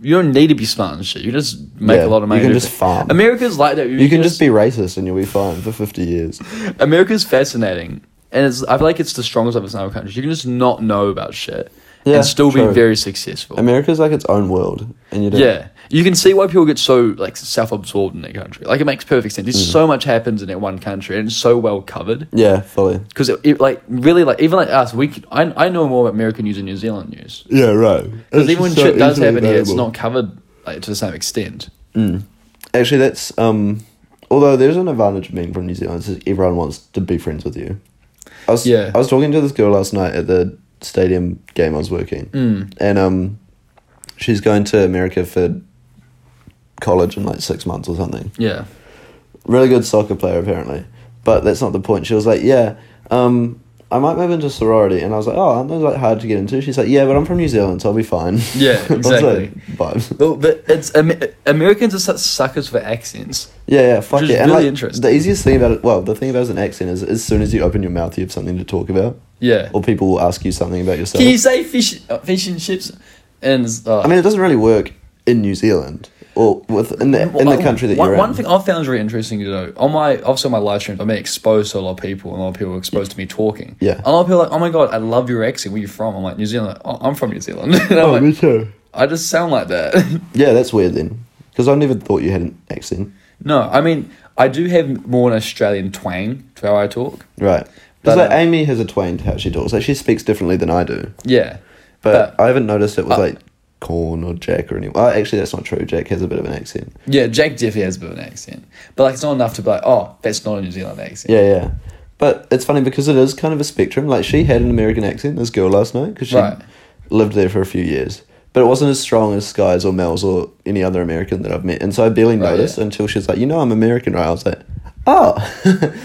Speaker 3: you don't need to be smart and shit. You just make
Speaker 1: Yeah,
Speaker 3: a lot of money.
Speaker 1: you can
Speaker 3: and
Speaker 1: just
Speaker 3: everything.
Speaker 1: farm.
Speaker 3: America's like that.
Speaker 1: you can just be racist and you'll be fine for fifty years.
Speaker 3: America's fascinating, and it's I feel like it's the strongest of its other countries. You can just not know about shit
Speaker 1: Yeah,
Speaker 3: and still
Speaker 1: true.
Speaker 3: be very successful.
Speaker 1: America's like its own world, and you don't.
Speaker 3: yeah, you can see why people get so like self-absorbed in their country. Like it makes perfect sense. There's so much happens in that one country, and it's so well covered.
Speaker 1: Yeah, fully.
Speaker 3: Because it, it, like really like even like us, we can, I I know more about American news and New Zealand news.
Speaker 1: Yeah, right.
Speaker 3: Because even when shit does happen here, it's not covered like to the same extent.
Speaker 1: Actually, that's um. Although there's an advantage of being from New Zealand, is everyone wants to be friends with you. I was
Speaker 3: Yeah.
Speaker 1: I was talking to this girl last night at the stadium game I was working,
Speaker 3: Hmm.
Speaker 1: mm. and um, she's going to America for college in like six months or something.
Speaker 3: Yeah,
Speaker 1: really good soccer player apparently, but that's not the point. She was like, yeah, um, I might move into sorority, and I was like, oh, aren't those like hard to get into? She's like, yeah, but I'm from New Zealand, so I'll be fine.
Speaker 3: Yeah,
Speaker 1: I was like,
Speaker 3: exactly.
Speaker 1: but
Speaker 3: well, but it's Americans are such suckers for accents.
Speaker 1: yeah, yeah, fuck
Speaker 3: Which
Speaker 1: it.
Speaker 3: is
Speaker 1: and
Speaker 3: really
Speaker 1: like,
Speaker 3: interesting.
Speaker 1: the easiest thing about it, well, the thing about an accent is, as soon as you open your mouth, you have something to talk about.
Speaker 3: Yeah.
Speaker 1: or people will ask you something about yourself.
Speaker 3: Can you say fish, uh, fish and chips? And uh,
Speaker 1: I mean, it doesn't really work in New Zealand or with in the in the country that
Speaker 3: one,
Speaker 1: you're
Speaker 3: one
Speaker 1: in.
Speaker 3: thing I've found is really interesting to know on my obviously on my live streams, I'm exposed to a lot of people, and a lot of people are exposed to me talking.
Speaker 1: Yeah.
Speaker 3: a lot of people are like, "Oh my god, I love your accent. Where you from?" I'm like, "New Zealand." Oh, I'm from New Zealand. And
Speaker 1: Oh,
Speaker 3: I'm like,
Speaker 1: too.
Speaker 3: I just sound like that.
Speaker 1: Yeah, that's weird then, because I never thought you had an accent.
Speaker 3: no, I mean, I do have more an Australian twang to how I talk.
Speaker 1: Right.
Speaker 3: But,
Speaker 1: Because like
Speaker 3: uh,
Speaker 1: Amy has a twain to how she talks. Like she speaks differently than I do.
Speaker 3: Yeah,
Speaker 1: But
Speaker 3: but,
Speaker 1: I haven't noticed it with
Speaker 3: uh,
Speaker 1: like Corn or Jack or anyone. Well, actually, that's not true. Jack has a bit of an accent.
Speaker 3: yeah, Jack definitely has a bit of an accent, but like it's not enough to be like, "Oh, that's not a New Zealand accent."
Speaker 1: Yeah, yeah. But it's funny because it is kind of a spectrum. Like she had an American accent, this girl last night, because she
Speaker 3: Right.
Speaker 1: lived there for a few years. But it wasn't as strong as Sky's or Mel's or any other American that I've met. And so I barely
Speaker 3: Right,
Speaker 1: noticed
Speaker 3: yeah.
Speaker 1: until she was like, you know, I'm American, right? I was like, oh.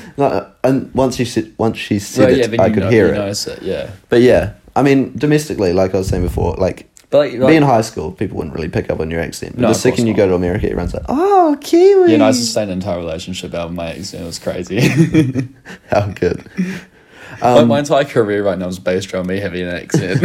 Speaker 1: Like, and once she said, once she said
Speaker 3: Well, yeah,
Speaker 1: it,
Speaker 3: then
Speaker 1: I
Speaker 3: you
Speaker 1: could
Speaker 3: know-
Speaker 1: hear
Speaker 3: you
Speaker 1: it.
Speaker 3: notice it. Yeah,
Speaker 1: But yeah, I mean, domestically, like I was saying before, like,
Speaker 3: but like, like
Speaker 1: being high school, people wouldn't really pick up on your accent. But
Speaker 3: No,
Speaker 1: the
Speaker 3: of
Speaker 1: second
Speaker 3: course
Speaker 1: you go
Speaker 3: not.
Speaker 1: to America, everyone's like, "Oh, Kiwi."
Speaker 3: Yeah, no, I sustained an entire relationship out of my ex, and it was crazy.
Speaker 1: How good.
Speaker 3: like my entire career right now is based around me having an accent.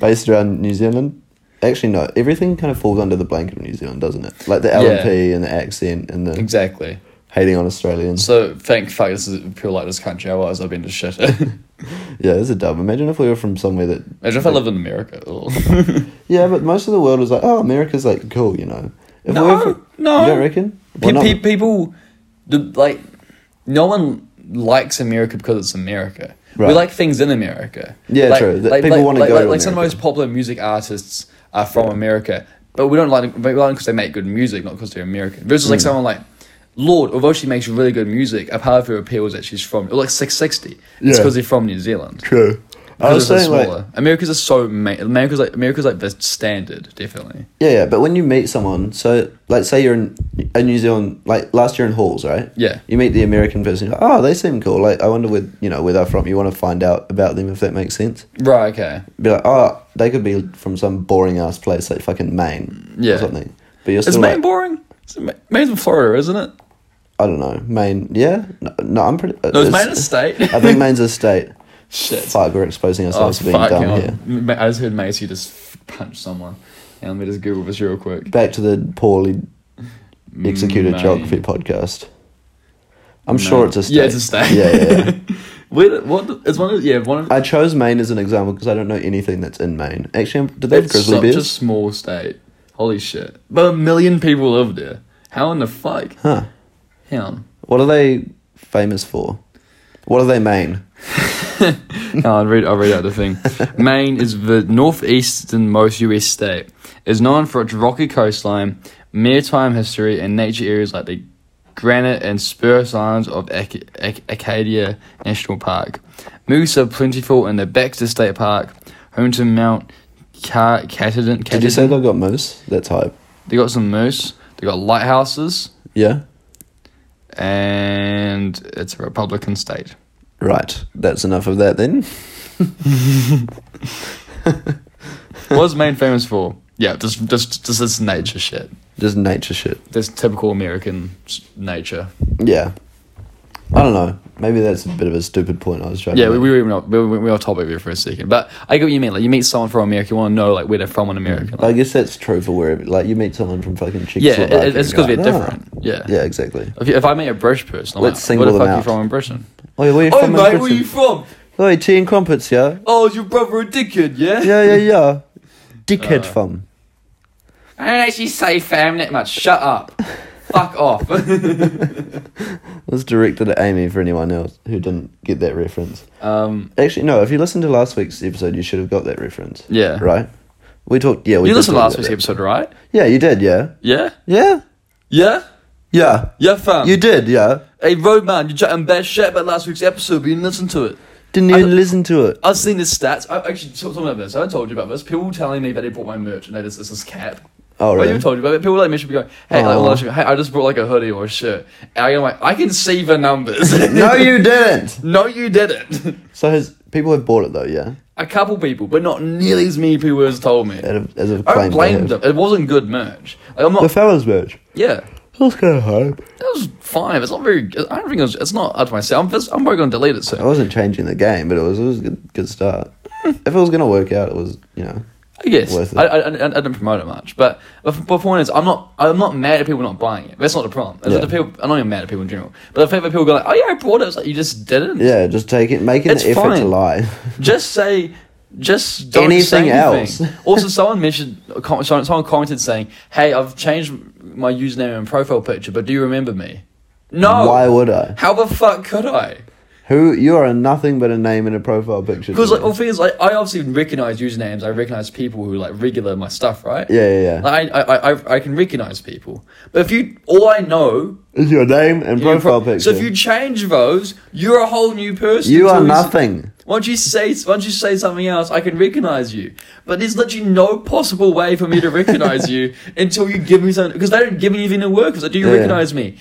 Speaker 1: Based around New Zealand. Actually, no. Everything kind of falls under the blanket of New Zealand, doesn't it? Like the LNP and the accent and the
Speaker 3: exactly.
Speaker 1: hating on Australians.
Speaker 3: So thank fuck this is people like this country. Otherwise, I've been to shit. Imagine
Speaker 1: Yeah, it's a dub. Imagine if we were from somewhere that.
Speaker 3: if I lived in America.
Speaker 1: Yeah, but most of the world is like, "Oh, America's like cool," you know. If
Speaker 3: No,
Speaker 1: we were from-
Speaker 3: no.
Speaker 1: You don't reckon?
Speaker 3: Pe-
Speaker 1: Well, not-
Speaker 3: pe- people, the, like, no one likes America because it's America.
Speaker 1: Right.
Speaker 3: We like things in America.
Speaker 1: Yeah,
Speaker 3: like,
Speaker 1: true. That people
Speaker 3: like,
Speaker 1: wanna
Speaker 3: like,
Speaker 1: go
Speaker 3: like,
Speaker 1: to
Speaker 3: like some of the
Speaker 1: America.
Speaker 3: most popular music artists are from America, but we don't like them because they make good music, not because they're American. Versus
Speaker 1: Mm.
Speaker 3: like someone like Lord, although she makes really good music, a part of her appeal is that she's from or like six sixty. It's
Speaker 1: Yeah.
Speaker 3: because they're from New Zealand.
Speaker 1: true. I was
Speaker 3: Because it's
Speaker 1: saying like,
Speaker 3: smaller. America's are so ma- America's like America's like the standard definitely.
Speaker 1: Yeah, yeah, but when you meet someone, so like say you're in a New Zealand, like last year in halls, right?
Speaker 3: Yeah.
Speaker 1: You meet the American person. You're like, oh, they seem cool. Like I wonder where you know where they're from. You want to find out about them if that makes sense.
Speaker 3: Right. Okay.
Speaker 1: Be like, oh, they could be from some boring ass place like fucking Maine or
Speaker 3: Yeah.
Speaker 1: something. But you're
Speaker 3: Is
Speaker 1: still
Speaker 3: Maine
Speaker 1: like,
Speaker 3: boring? Is Ma- Maine's in Florida, isn't it?
Speaker 1: I don't know, Maine. Yeah, no, no I'm pretty.
Speaker 3: No, it's
Speaker 1: it's-
Speaker 3: Maine a state.
Speaker 1: I think Maine's a state.
Speaker 3: Shit.
Speaker 1: Fuck, we're exposing
Speaker 3: Oh,
Speaker 1: ourselves for being
Speaker 3: fuck
Speaker 1: dumb
Speaker 3: hell.
Speaker 1: here.
Speaker 3: Ma- I just heard Macy just f- punch someone. And let me just Google this real quick.
Speaker 1: Back to the poorly executed
Speaker 3: Mm, Maine.
Speaker 1: geography podcast. I'm sure
Speaker 3: Maine.
Speaker 1: it's a state.
Speaker 3: Yeah, it's a state.
Speaker 1: Yeah, yeah. yeah.
Speaker 3: Where, the- what? the- It's one of yeah one of.
Speaker 1: I chose Maine as an example because I don't know anything that's in Maine. Actually, do they have
Speaker 3: It's
Speaker 1: grizzly
Speaker 3: such
Speaker 1: bears?
Speaker 3: a small state. Holy shit! But a million people live there. How in the fuck?
Speaker 1: Huh.
Speaker 3: Hang on.
Speaker 1: What are they famous for? What are they Maine?
Speaker 3: No, I'll read. I'll read out the thing. Maine is the northeasternmost U.S. state. It's known for its rocky coastline, maritime history, and nature areas like the granite and spruce islands of Ac- Ac- Acadia National Park. Moose are plentiful in the Baxter State Park, home to Mount Car- Catadin.
Speaker 1: Did you say they've got moose? That's hype.
Speaker 3: they got some moose? They got lighthouses,
Speaker 1: Yeah?
Speaker 3: and it's a Republican state.
Speaker 1: Right. That's enough of that then.
Speaker 3: What is Maine famous for? Yeah, just just just this nature shit.
Speaker 1: Just nature shit.
Speaker 3: this typical American s- nature.
Speaker 1: Yeah. I don't know. Maybe that's a bit of a stupid point I was trying
Speaker 3: Yeah,
Speaker 1: to
Speaker 3: we,
Speaker 1: make.
Speaker 3: we were even off- we were, we were off topic there for a second, but I get what you mean. Like you meet someone from America, you want to know like where they're from in America.
Speaker 1: I
Speaker 3: Like,
Speaker 1: guess that's true for wherever. Like, you meet someone from fucking
Speaker 3: yeah,
Speaker 1: Czechoslovakia.
Speaker 3: it, it- it's
Speaker 1: and you're
Speaker 3: because we're
Speaker 1: like, "Ah."
Speaker 3: different. Yeah.
Speaker 1: Yeah, exactly.
Speaker 3: If, you, if I meet a British person, I'm
Speaker 1: Let's
Speaker 3: like,
Speaker 1: single
Speaker 3: where the
Speaker 1: them
Speaker 3: fuck you
Speaker 1: out.
Speaker 3: from in Britain?
Speaker 1: Oh, where you
Speaker 3: Oh,
Speaker 1: from? in
Speaker 3: mate, where
Speaker 1: Britain?
Speaker 3: you from?
Speaker 1: Oi, tea and crumpets, yeah?
Speaker 3: Oh, is your brother a dickhead, yeah?
Speaker 1: Yeah, yeah, yeah. Dickhead fun.
Speaker 3: I don't actually say fam that much. Shut up. Fuck off.
Speaker 1: It was directed at Amy for anyone else who didn't get that reference.
Speaker 3: um,
Speaker 1: Actually, no, if you listened to last week's episode, you should have got that reference.
Speaker 3: yeah.
Speaker 1: Right? We talked, yeah, we
Speaker 3: You
Speaker 1: did
Speaker 3: listened to
Speaker 1: talk
Speaker 3: last
Speaker 1: about
Speaker 3: week's
Speaker 1: that.
Speaker 3: episode, right?
Speaker 1: Yeah, you did, yeah.
Speaker 3: Yeah?
Speaker 1: Yeah?
Speaker 3: Yeah?
Speaker 1: Yeah.
Speaker 3: Yeah, fam.
Speaker 1: You did, yeah.
Speaker 3: hey, Roadman, you're chatting bad shit about last week's episode, but you didn't listen to it.
Speaker 1: Didn't
Speaker 3: I
Speaker 1: even
Speaker 3: don't-
Speaker 1: listen to it.
Speaker 3: I've seen the stats. I actually talked about this. I told you about this. People telling me that they bought my merch and that this, this is cap.
Speaker 1: Oh,
Speaker 3: I
Speaker 1: really?
Speaker 3: even told you about it. People like me should be going, hey, like,
Speaker 1: Aw.
Speaker 3: well, should be, hey, I just bought like a hoodie or a shirt. And I'm like, I can see the numbers.
Speaker 1: no, you didn't.
Speaker 3: no, you didn't.
Speaker 1: So has people have bought it though, yeah.
Speaker 3: a couple people, but not nearly as many people as told me.
Speaker 1: Out of- As a
Speaker 3: I Oh. don't
Speaker 1: claim.
Speaker 3: blame them. It wasn't good merch. Like, I'm
Speaker 1: The
Speaker 3: not.
Speaker 1: fellas merch.
Speaker 3: Yeah.
Speaker 1: was kind of hard.
Speaker 3: That was fine. It's not very. I don't think it was, it's not up to myself. I'm probably gonna delete it
Speaker 1: I
Speaker 3: soon.
Speaker 1: wasn't changing the game, but it was it was a good, good start. if it was gonna work out, it was you know.
Speaker 3: I guess
Speaker 1: Worth it.
Speaker 3: I, I, I, I didn't promote it much, but but the point is, I'm not I'm not mad at people not buying it. That's not the problem. It's
Speaker 1: Yeah.
Speaker 3: that the people, I'm not even mad at people in general, but the fact that people go like, oh yeah, I bought it. It's like you just didn't.
Speaker 1: Yeah, just take it, making
Speaker 3: It's
Speaker 1: the effort to
Speaker 3: fine.
Speaker 1: lie.
Speaker 3: Just say, just don't say
Speaker 1: Anything
Speaker 3: anything.
Speaker 1: else.
Speaker 3: also, someone mentioned, com- someone someone commented saying, "Hey, I've changed my username and profile picture, but do you remember me?" No.
Speaker 1: Why would I?
Speaker 3: How the fuck could I?
Speaker 1: Who you are a nothing but a name in a profile picture. to
Speaker 3: Because
Speaker 1: me.
Speaker 3: like, oh, all things like I obviously recognize usernames. I recognize people who like regular my stuff, right?
Speaker 1: yeah, yeah, yeah.
Speaker 3: Like, I, I, I, I can recognize people, but if you all I know
Speaker 1: It's your name and
Speaker 3: your
Speaker 1: profile
Speaker 3: pro-
Speaker 1: picture.
Speaker 3: So if you change those, you're a whole new person.
Speaker 1: You are
Speaker 3: to-
Speaker 1: nothing.
Speaker 3: Once you say once you say something else, I can recognize you. But there's literally no possible way for me to recognize you until you give me something because they don't give me anything to work. Because do you
Speaker 1: Yeah.
Speaker 3: recognize me?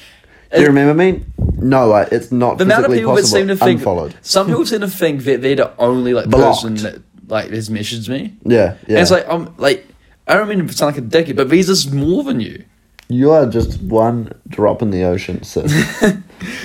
Speaker 1: Do you remember me? No, I, it's not
Speaker 3: The amount of
Speaker 1: physically
Speaker 3: people that
Speaker 1: possible.
Speaker 3: seem to think
Speaker 1: Unfollowed.
Speaker 3: some people seem to think that they're the only like
Speaker 1: Blocked.
Speaker 3: person that like has messaged me.
Speaker 1: Yeah, yeah.
Speaker 3: And it's like I'm like I don't mean to sound like a dickhead, but these is more than you.
Speaker 1: you are just one drop in the ocean, sis.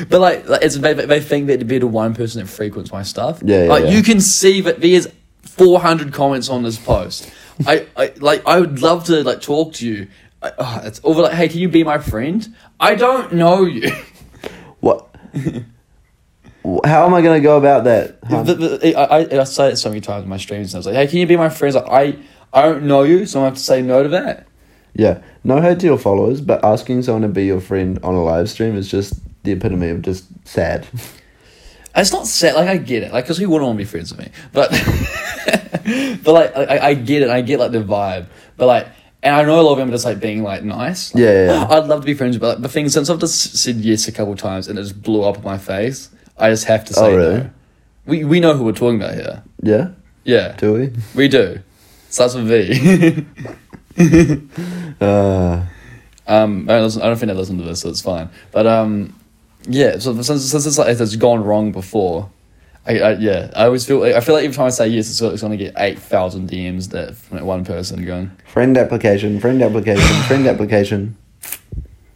Speaker 3: But like, like it's they, they think that to be the one person that frequents my stuff.
Speaker 1: Yeah, yeah,
Speaker 3: Like
Speaker 1: yeah.
Speaker 3: you can see that there's 400 comments on this post. I, I like I would love to like talk to you. I, oh, it's over like, hey, can you be my friend? I don't know you.
Speaker 1: what? Wh- How am I going to go about that? Huh?
Speaker 3: The- the- I, I, I say it so many times in my streams. And I was like, hey, can you be my friend? It's Like, I I don't know you, so I have to say no to that.
Speaker 1: Yeah, no hate to your followers, but asking someone to be your friend on a live stream is just the epitome of just sad.
Speaker 3: It's not sad. Like I get it. Like because who wouldn't want to be friends with me? But but like I, I get it. I get like the vibe. But like. And I know a lot of them are just like being like nice. Like,
Speaker 1: Yeah, yeah, yeah.
Speaker 3: I'd love to be friends, but like, the thing since I've just said yes a couple times and it just blew up in my face, I just have to say
Speaker 1: Oh, really?
Speaker 3: no. We we know who we're talking about here.
Speaker 1: yeah,
Speaker 3: Yeah,
Speaker 1: do we?
Speaker 3: we do. Starts with V.
Speaker 1: Uh,
Speaker 3: Um, I don't, listen- I don't think they listen to this, so it's fine. But um, yeah. So since, since it's like it's gone wrong before, I, I yeah. I always feel like, I feel like every time I say yes, it's, it's going to get eight thousand DMs that from that one person going.
Speaker 1: friend application, friend application, friend application.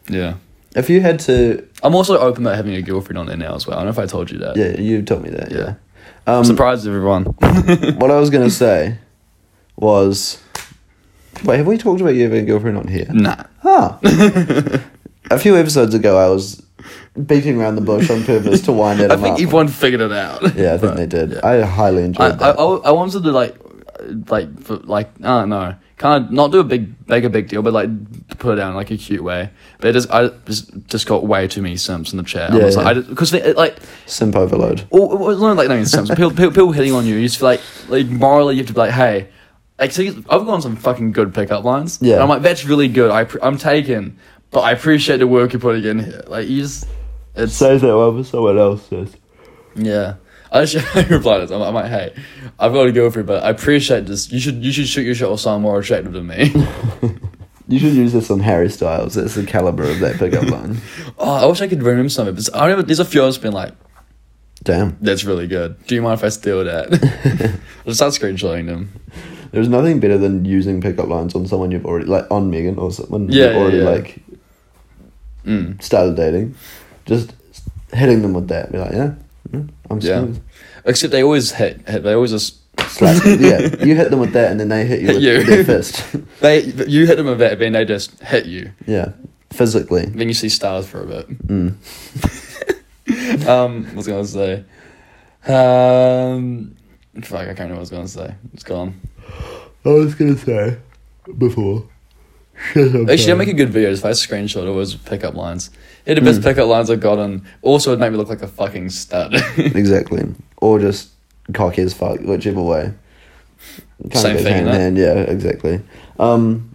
Speaker 3: Yeah.
Speaker 1: If you had to,
Speaker 3: I'm also open about having a girlfriend on there now as well. I don't know if I told you that.
Speaker 1: yeah, you told me that.
Speaker 3: Yeah.
Speaker 1: Yeah. Um,
Speaker 3: Surprise everyone.
Speaker 1: what I was gonna say was, wait, have we talked about you having a girlfriend on here?
Speaker 3: nah.
Speaker 1: Huh. a few episodes ago, I was beating around the bush on purpose to wind it
Speaker 3: I
Speaker 1: up.
Speaker 3: think everyone figured it out.
Speaker 1: yeah, I think
Speaker 3: But,
Speaker 1: they did.
Speaker 3: yeah.
Speaker 1: I highly
Speaker 3: I,
Speaker 1: enjoyed
Speaker 3: I,
Speaker 1: that.
Speaker 3: I, I wanted to like uh, like for, like I don't know kind of not do a big make a big deal but like put it down in, like a cute way but it just I just, just got way too many simps in the chat
Speaker 1: Yeah,
Speaker 3: yeah,
Speaker 1: yeah.
Speaker 3: like I because like
Speaker 1: Simp overload.
Speaker 3: all, all- it's not like no simps people, people people hitting on you you just feel like like morally you have to be like hey like see, I've gone some fucking good pickup lines
Speaker 1: Yeah.
Speaker 3: And I'm like that's really good I pre- I'm taken but I appreciate the work you're putting in here like you just it's
Speaker 1: Says that one for someone else. Says.
Speaker 3: yeah. I should reply to this. I'm, I'm like, hey, I've got to go for it, but I appreciate this. You should you should shoot your shot with someone more attractive than me.
Speaker 1: You should use this on Harry Styles. That's the caliber of that pickup line.
Speaker 3: oh, I wish I could remember something. But I remember there's a few I've just been like,
Speaker 1: Damn.
Speaker 3: that's really good. Do you mind if I steal that? I'll start screenshotting them.
Speaker 1: There's nothing better than using pickup lines on someone you've already like on Megan or someone
Speaker 3: Yeah,
Speaker 1: you've
Speaker 3: yeah,
Speaker 1: already
Speaker 3: yeah.
Speaker 1: like
Speaker 3: Mm,
Speaker 1: started dating. Just hitting them with that. Be like, yeah, mm, I'm
Speaker 3: Yeah.
Speaker 1: smooth.
Speaker 3: Except they always hit. hit they always just
Speaker 1: Slap. yeah, you hit them with that, and then they hit you
Speaker 3: Hit
Speaker 1: with,
Speaker 3: you.
Speaker 1: with their fist.
Speaker 3: they you hit them a bit, then they just hit you.
Speaker 1: yeah, physically.
Speaker 3: Then you see stars for a bit.
Speaker 1: Mm.
Speaker 3: um, what was I gonna say? Um, fuck, I can't remember what I was gonna say. It's gone.
Speaker 1: I was gonna say before. Shit, I'm
Speaker 3: Actually, I'd make a good video if I screenshot all those pickup lines. They're the
Speaker 1: Mm.
Speaker 3: best pickup lines I've gotten. Also, it'd make me look like a fucking stud.
Speaker 1: exactly, or just cocky as fuck, whichever way. Kind
Speaker 3: Same
Speaker 1: goes
Speaker 3: thing,
Speaker 1: hand in
Speaker 3: innit?
Speaker 1: hand, yeah, exactly. Um,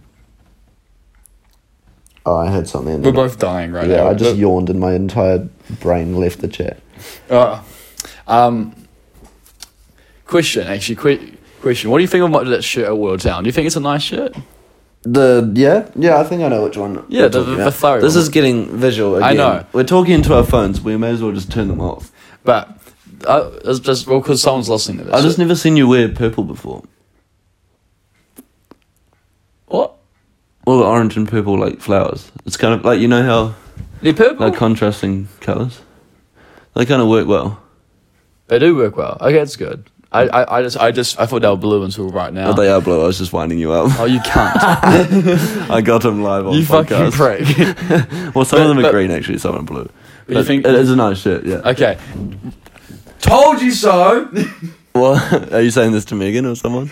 Speaker 1: oh, I had something. in
Speaker 3: We're
Speaker 1: there.
Speaker 3: both dying right
Speaker 1: yeah,
Speaker 3: now.
Speaker 1: I just
Speaker 3: But-
Speaker 1: yawned and my entire brain left the chat.
Speaker 3: Oh. um, question, actually, que- question. What do you think of my, that shirt at World Town? Do you think it's a nice shirt?
Speaker 1: The yeah, yeah, I think I know which one.
Speaker 3: Yeah,
Speaker 1: we're
Speaker 3: the-
Speaker 1: talking
Speaker 3: the
Speaker 1: about.
Speaker 3: furry
Speaker 1: This
Speaker 3: one.
Speaker 1: is getting visual. Again.
Speaker 3: I know.
Speaker 1: We're talking into our phones. We may as well just turn them off.
Speaker 3: But uh, it's just well, because someone's listening to this.
Speaker 1: I've just never seen you wear purple before.
Speaker 3: what?
Speaker 2: all the orange and purple like flowers. It's kind of like you know how
Speaker 3: They're purple.
Speaker 2: like contrasting colors. They kind of work well.
Speaker 3: they do work well. Okay, that's good. I, I, I just I just I thought they were blue until right now.
Speaker 2: Oh, they are blue. I was just winding you up.
Speaker 3: Ah. oh, you can't.
Speaker 2: I got them live on
Speaker 3: you fucking
Speaker 2: podcast.
Speaker 3: prick.
Speaker 2: Well, some
Speaker 3: But-
Speaker 2: of them
Speaker 3: but-
Speaker 2: are green actually. Some are blue.
Speaker 3: you
Speaker 2: But
Speaker 3: think-
Speaker 2: it is a nice shirt. Yeah.
Speaker 3: okay. Told you so.
Speaker 2: Well, are you saying this to Megan or someone?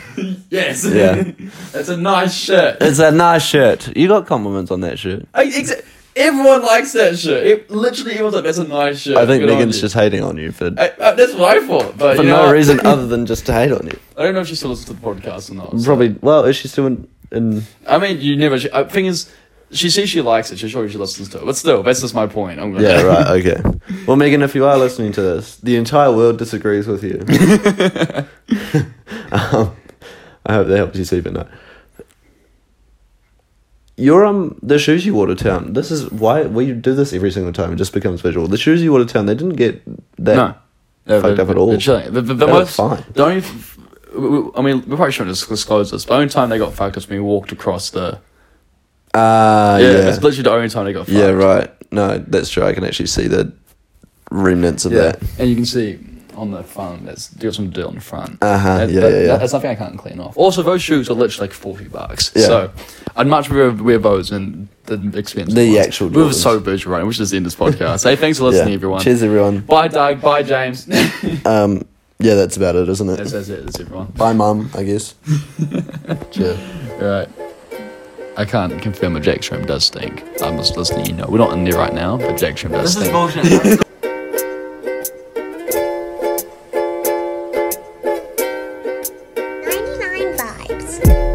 Speaker 3: yes.
Speaker 2: Yeah.
Speaker 3: that's a nice shirt.
Speaker 2: It's a nice shirt. You got compliments on that shirt.
Speaker 3: I, exa- everyone likes that shirt. It, literally, everyone's like, "That's a nice shirt."
Speaker 2: I think
Speaker 3: Good on
Speaker 2: Megan's
Speaker 3: you." Uh,
Speaker 2: just hating on you for
Speaker 3: I, I, that's what I thought, but
Speaker 2: for
Speaker 3: you know
Speaker 2: no
Speaker 3: what?
Speaker 2: reason other than just to hate on you.
Speaker 3: I don't know if she still listens to the podcast or not. so-
Speaker 1: Probably. Well, is she still in? in
Speaker 3: I mean, you never. She, uh, thing is, she says she likes it. She's sure she listens to it, but still, that's just my point. I'm gonna
Speaker 1: yeah. Right. Okay. Well, Megan, if you are listening to this, the entire world disagrees with you. um, I hope that helps you sleep at night. Your um, the shoes you wore to town. This is why we do this every single time. It just becomes visual. The shoes you wore to town. They didn't get that.
Speaker 3: no, No,
Speaker 1: fucked
Speaker 3: the-
Speaker 1: up at all.
Speaker 3: The, chilling. the, the, the
Speaker 1: That was
Speaker 3: most
Speaker 1: fine.
Speaker 3: The only, f- we- we- I mean, we probably shouldn't dis- disclose this. The only time they got fucked was when we walked across the.
Speaker 1: Ah.
Speaker 3: yeah,
Speaker 1: yeah.
Speaker 3: it's literally the only time they got fucked.
Speaker 1: Yeah, right. No, that's true. I can actually see the remnants of that.
Speaker 3: and you can see on the front that's they got some dirt on the front.
Speaker 1: Uh-huh,
Speaker 3: That-
Speaker 1: yeah,
Speaker 3: that-
Speaker 1: yeah, yeah.
Speaker 3: That's something I can't clean off. Also, those shoes are literally like forty bucks.
Speaker 1: Yeah.
Speaker 3: So I'd much rather wear those than the expensive
Speaker 1: The
Speaker 3: ones.
Speaker 1: actual
Speaker 3: We were
Speaker 1: Jordans.
Speaker 3: so virtual right, which is the end of this podcast. hey, thanks for listening,
Speaker 1: yeah.
Speaker 3: everyone.
Speaker 1: Cheers, everyone.
Speaker 3: Bye, Doug. Bye, James. that's,
Speaker 1: Um, yeah, that's about it, isn't it?
Speaker 3: that's it. That's everyone.
Speaker 1: Bye, mum. I guess. Cheers.
Speaker 3: All right. I can't confirm if Jack Shrimp does stink. I'm just listening, you know. We're not in there right now, but Jack Shrimp does stink.
Speaker 2: bullshit.
Speaker 4: Ninety nine vibes.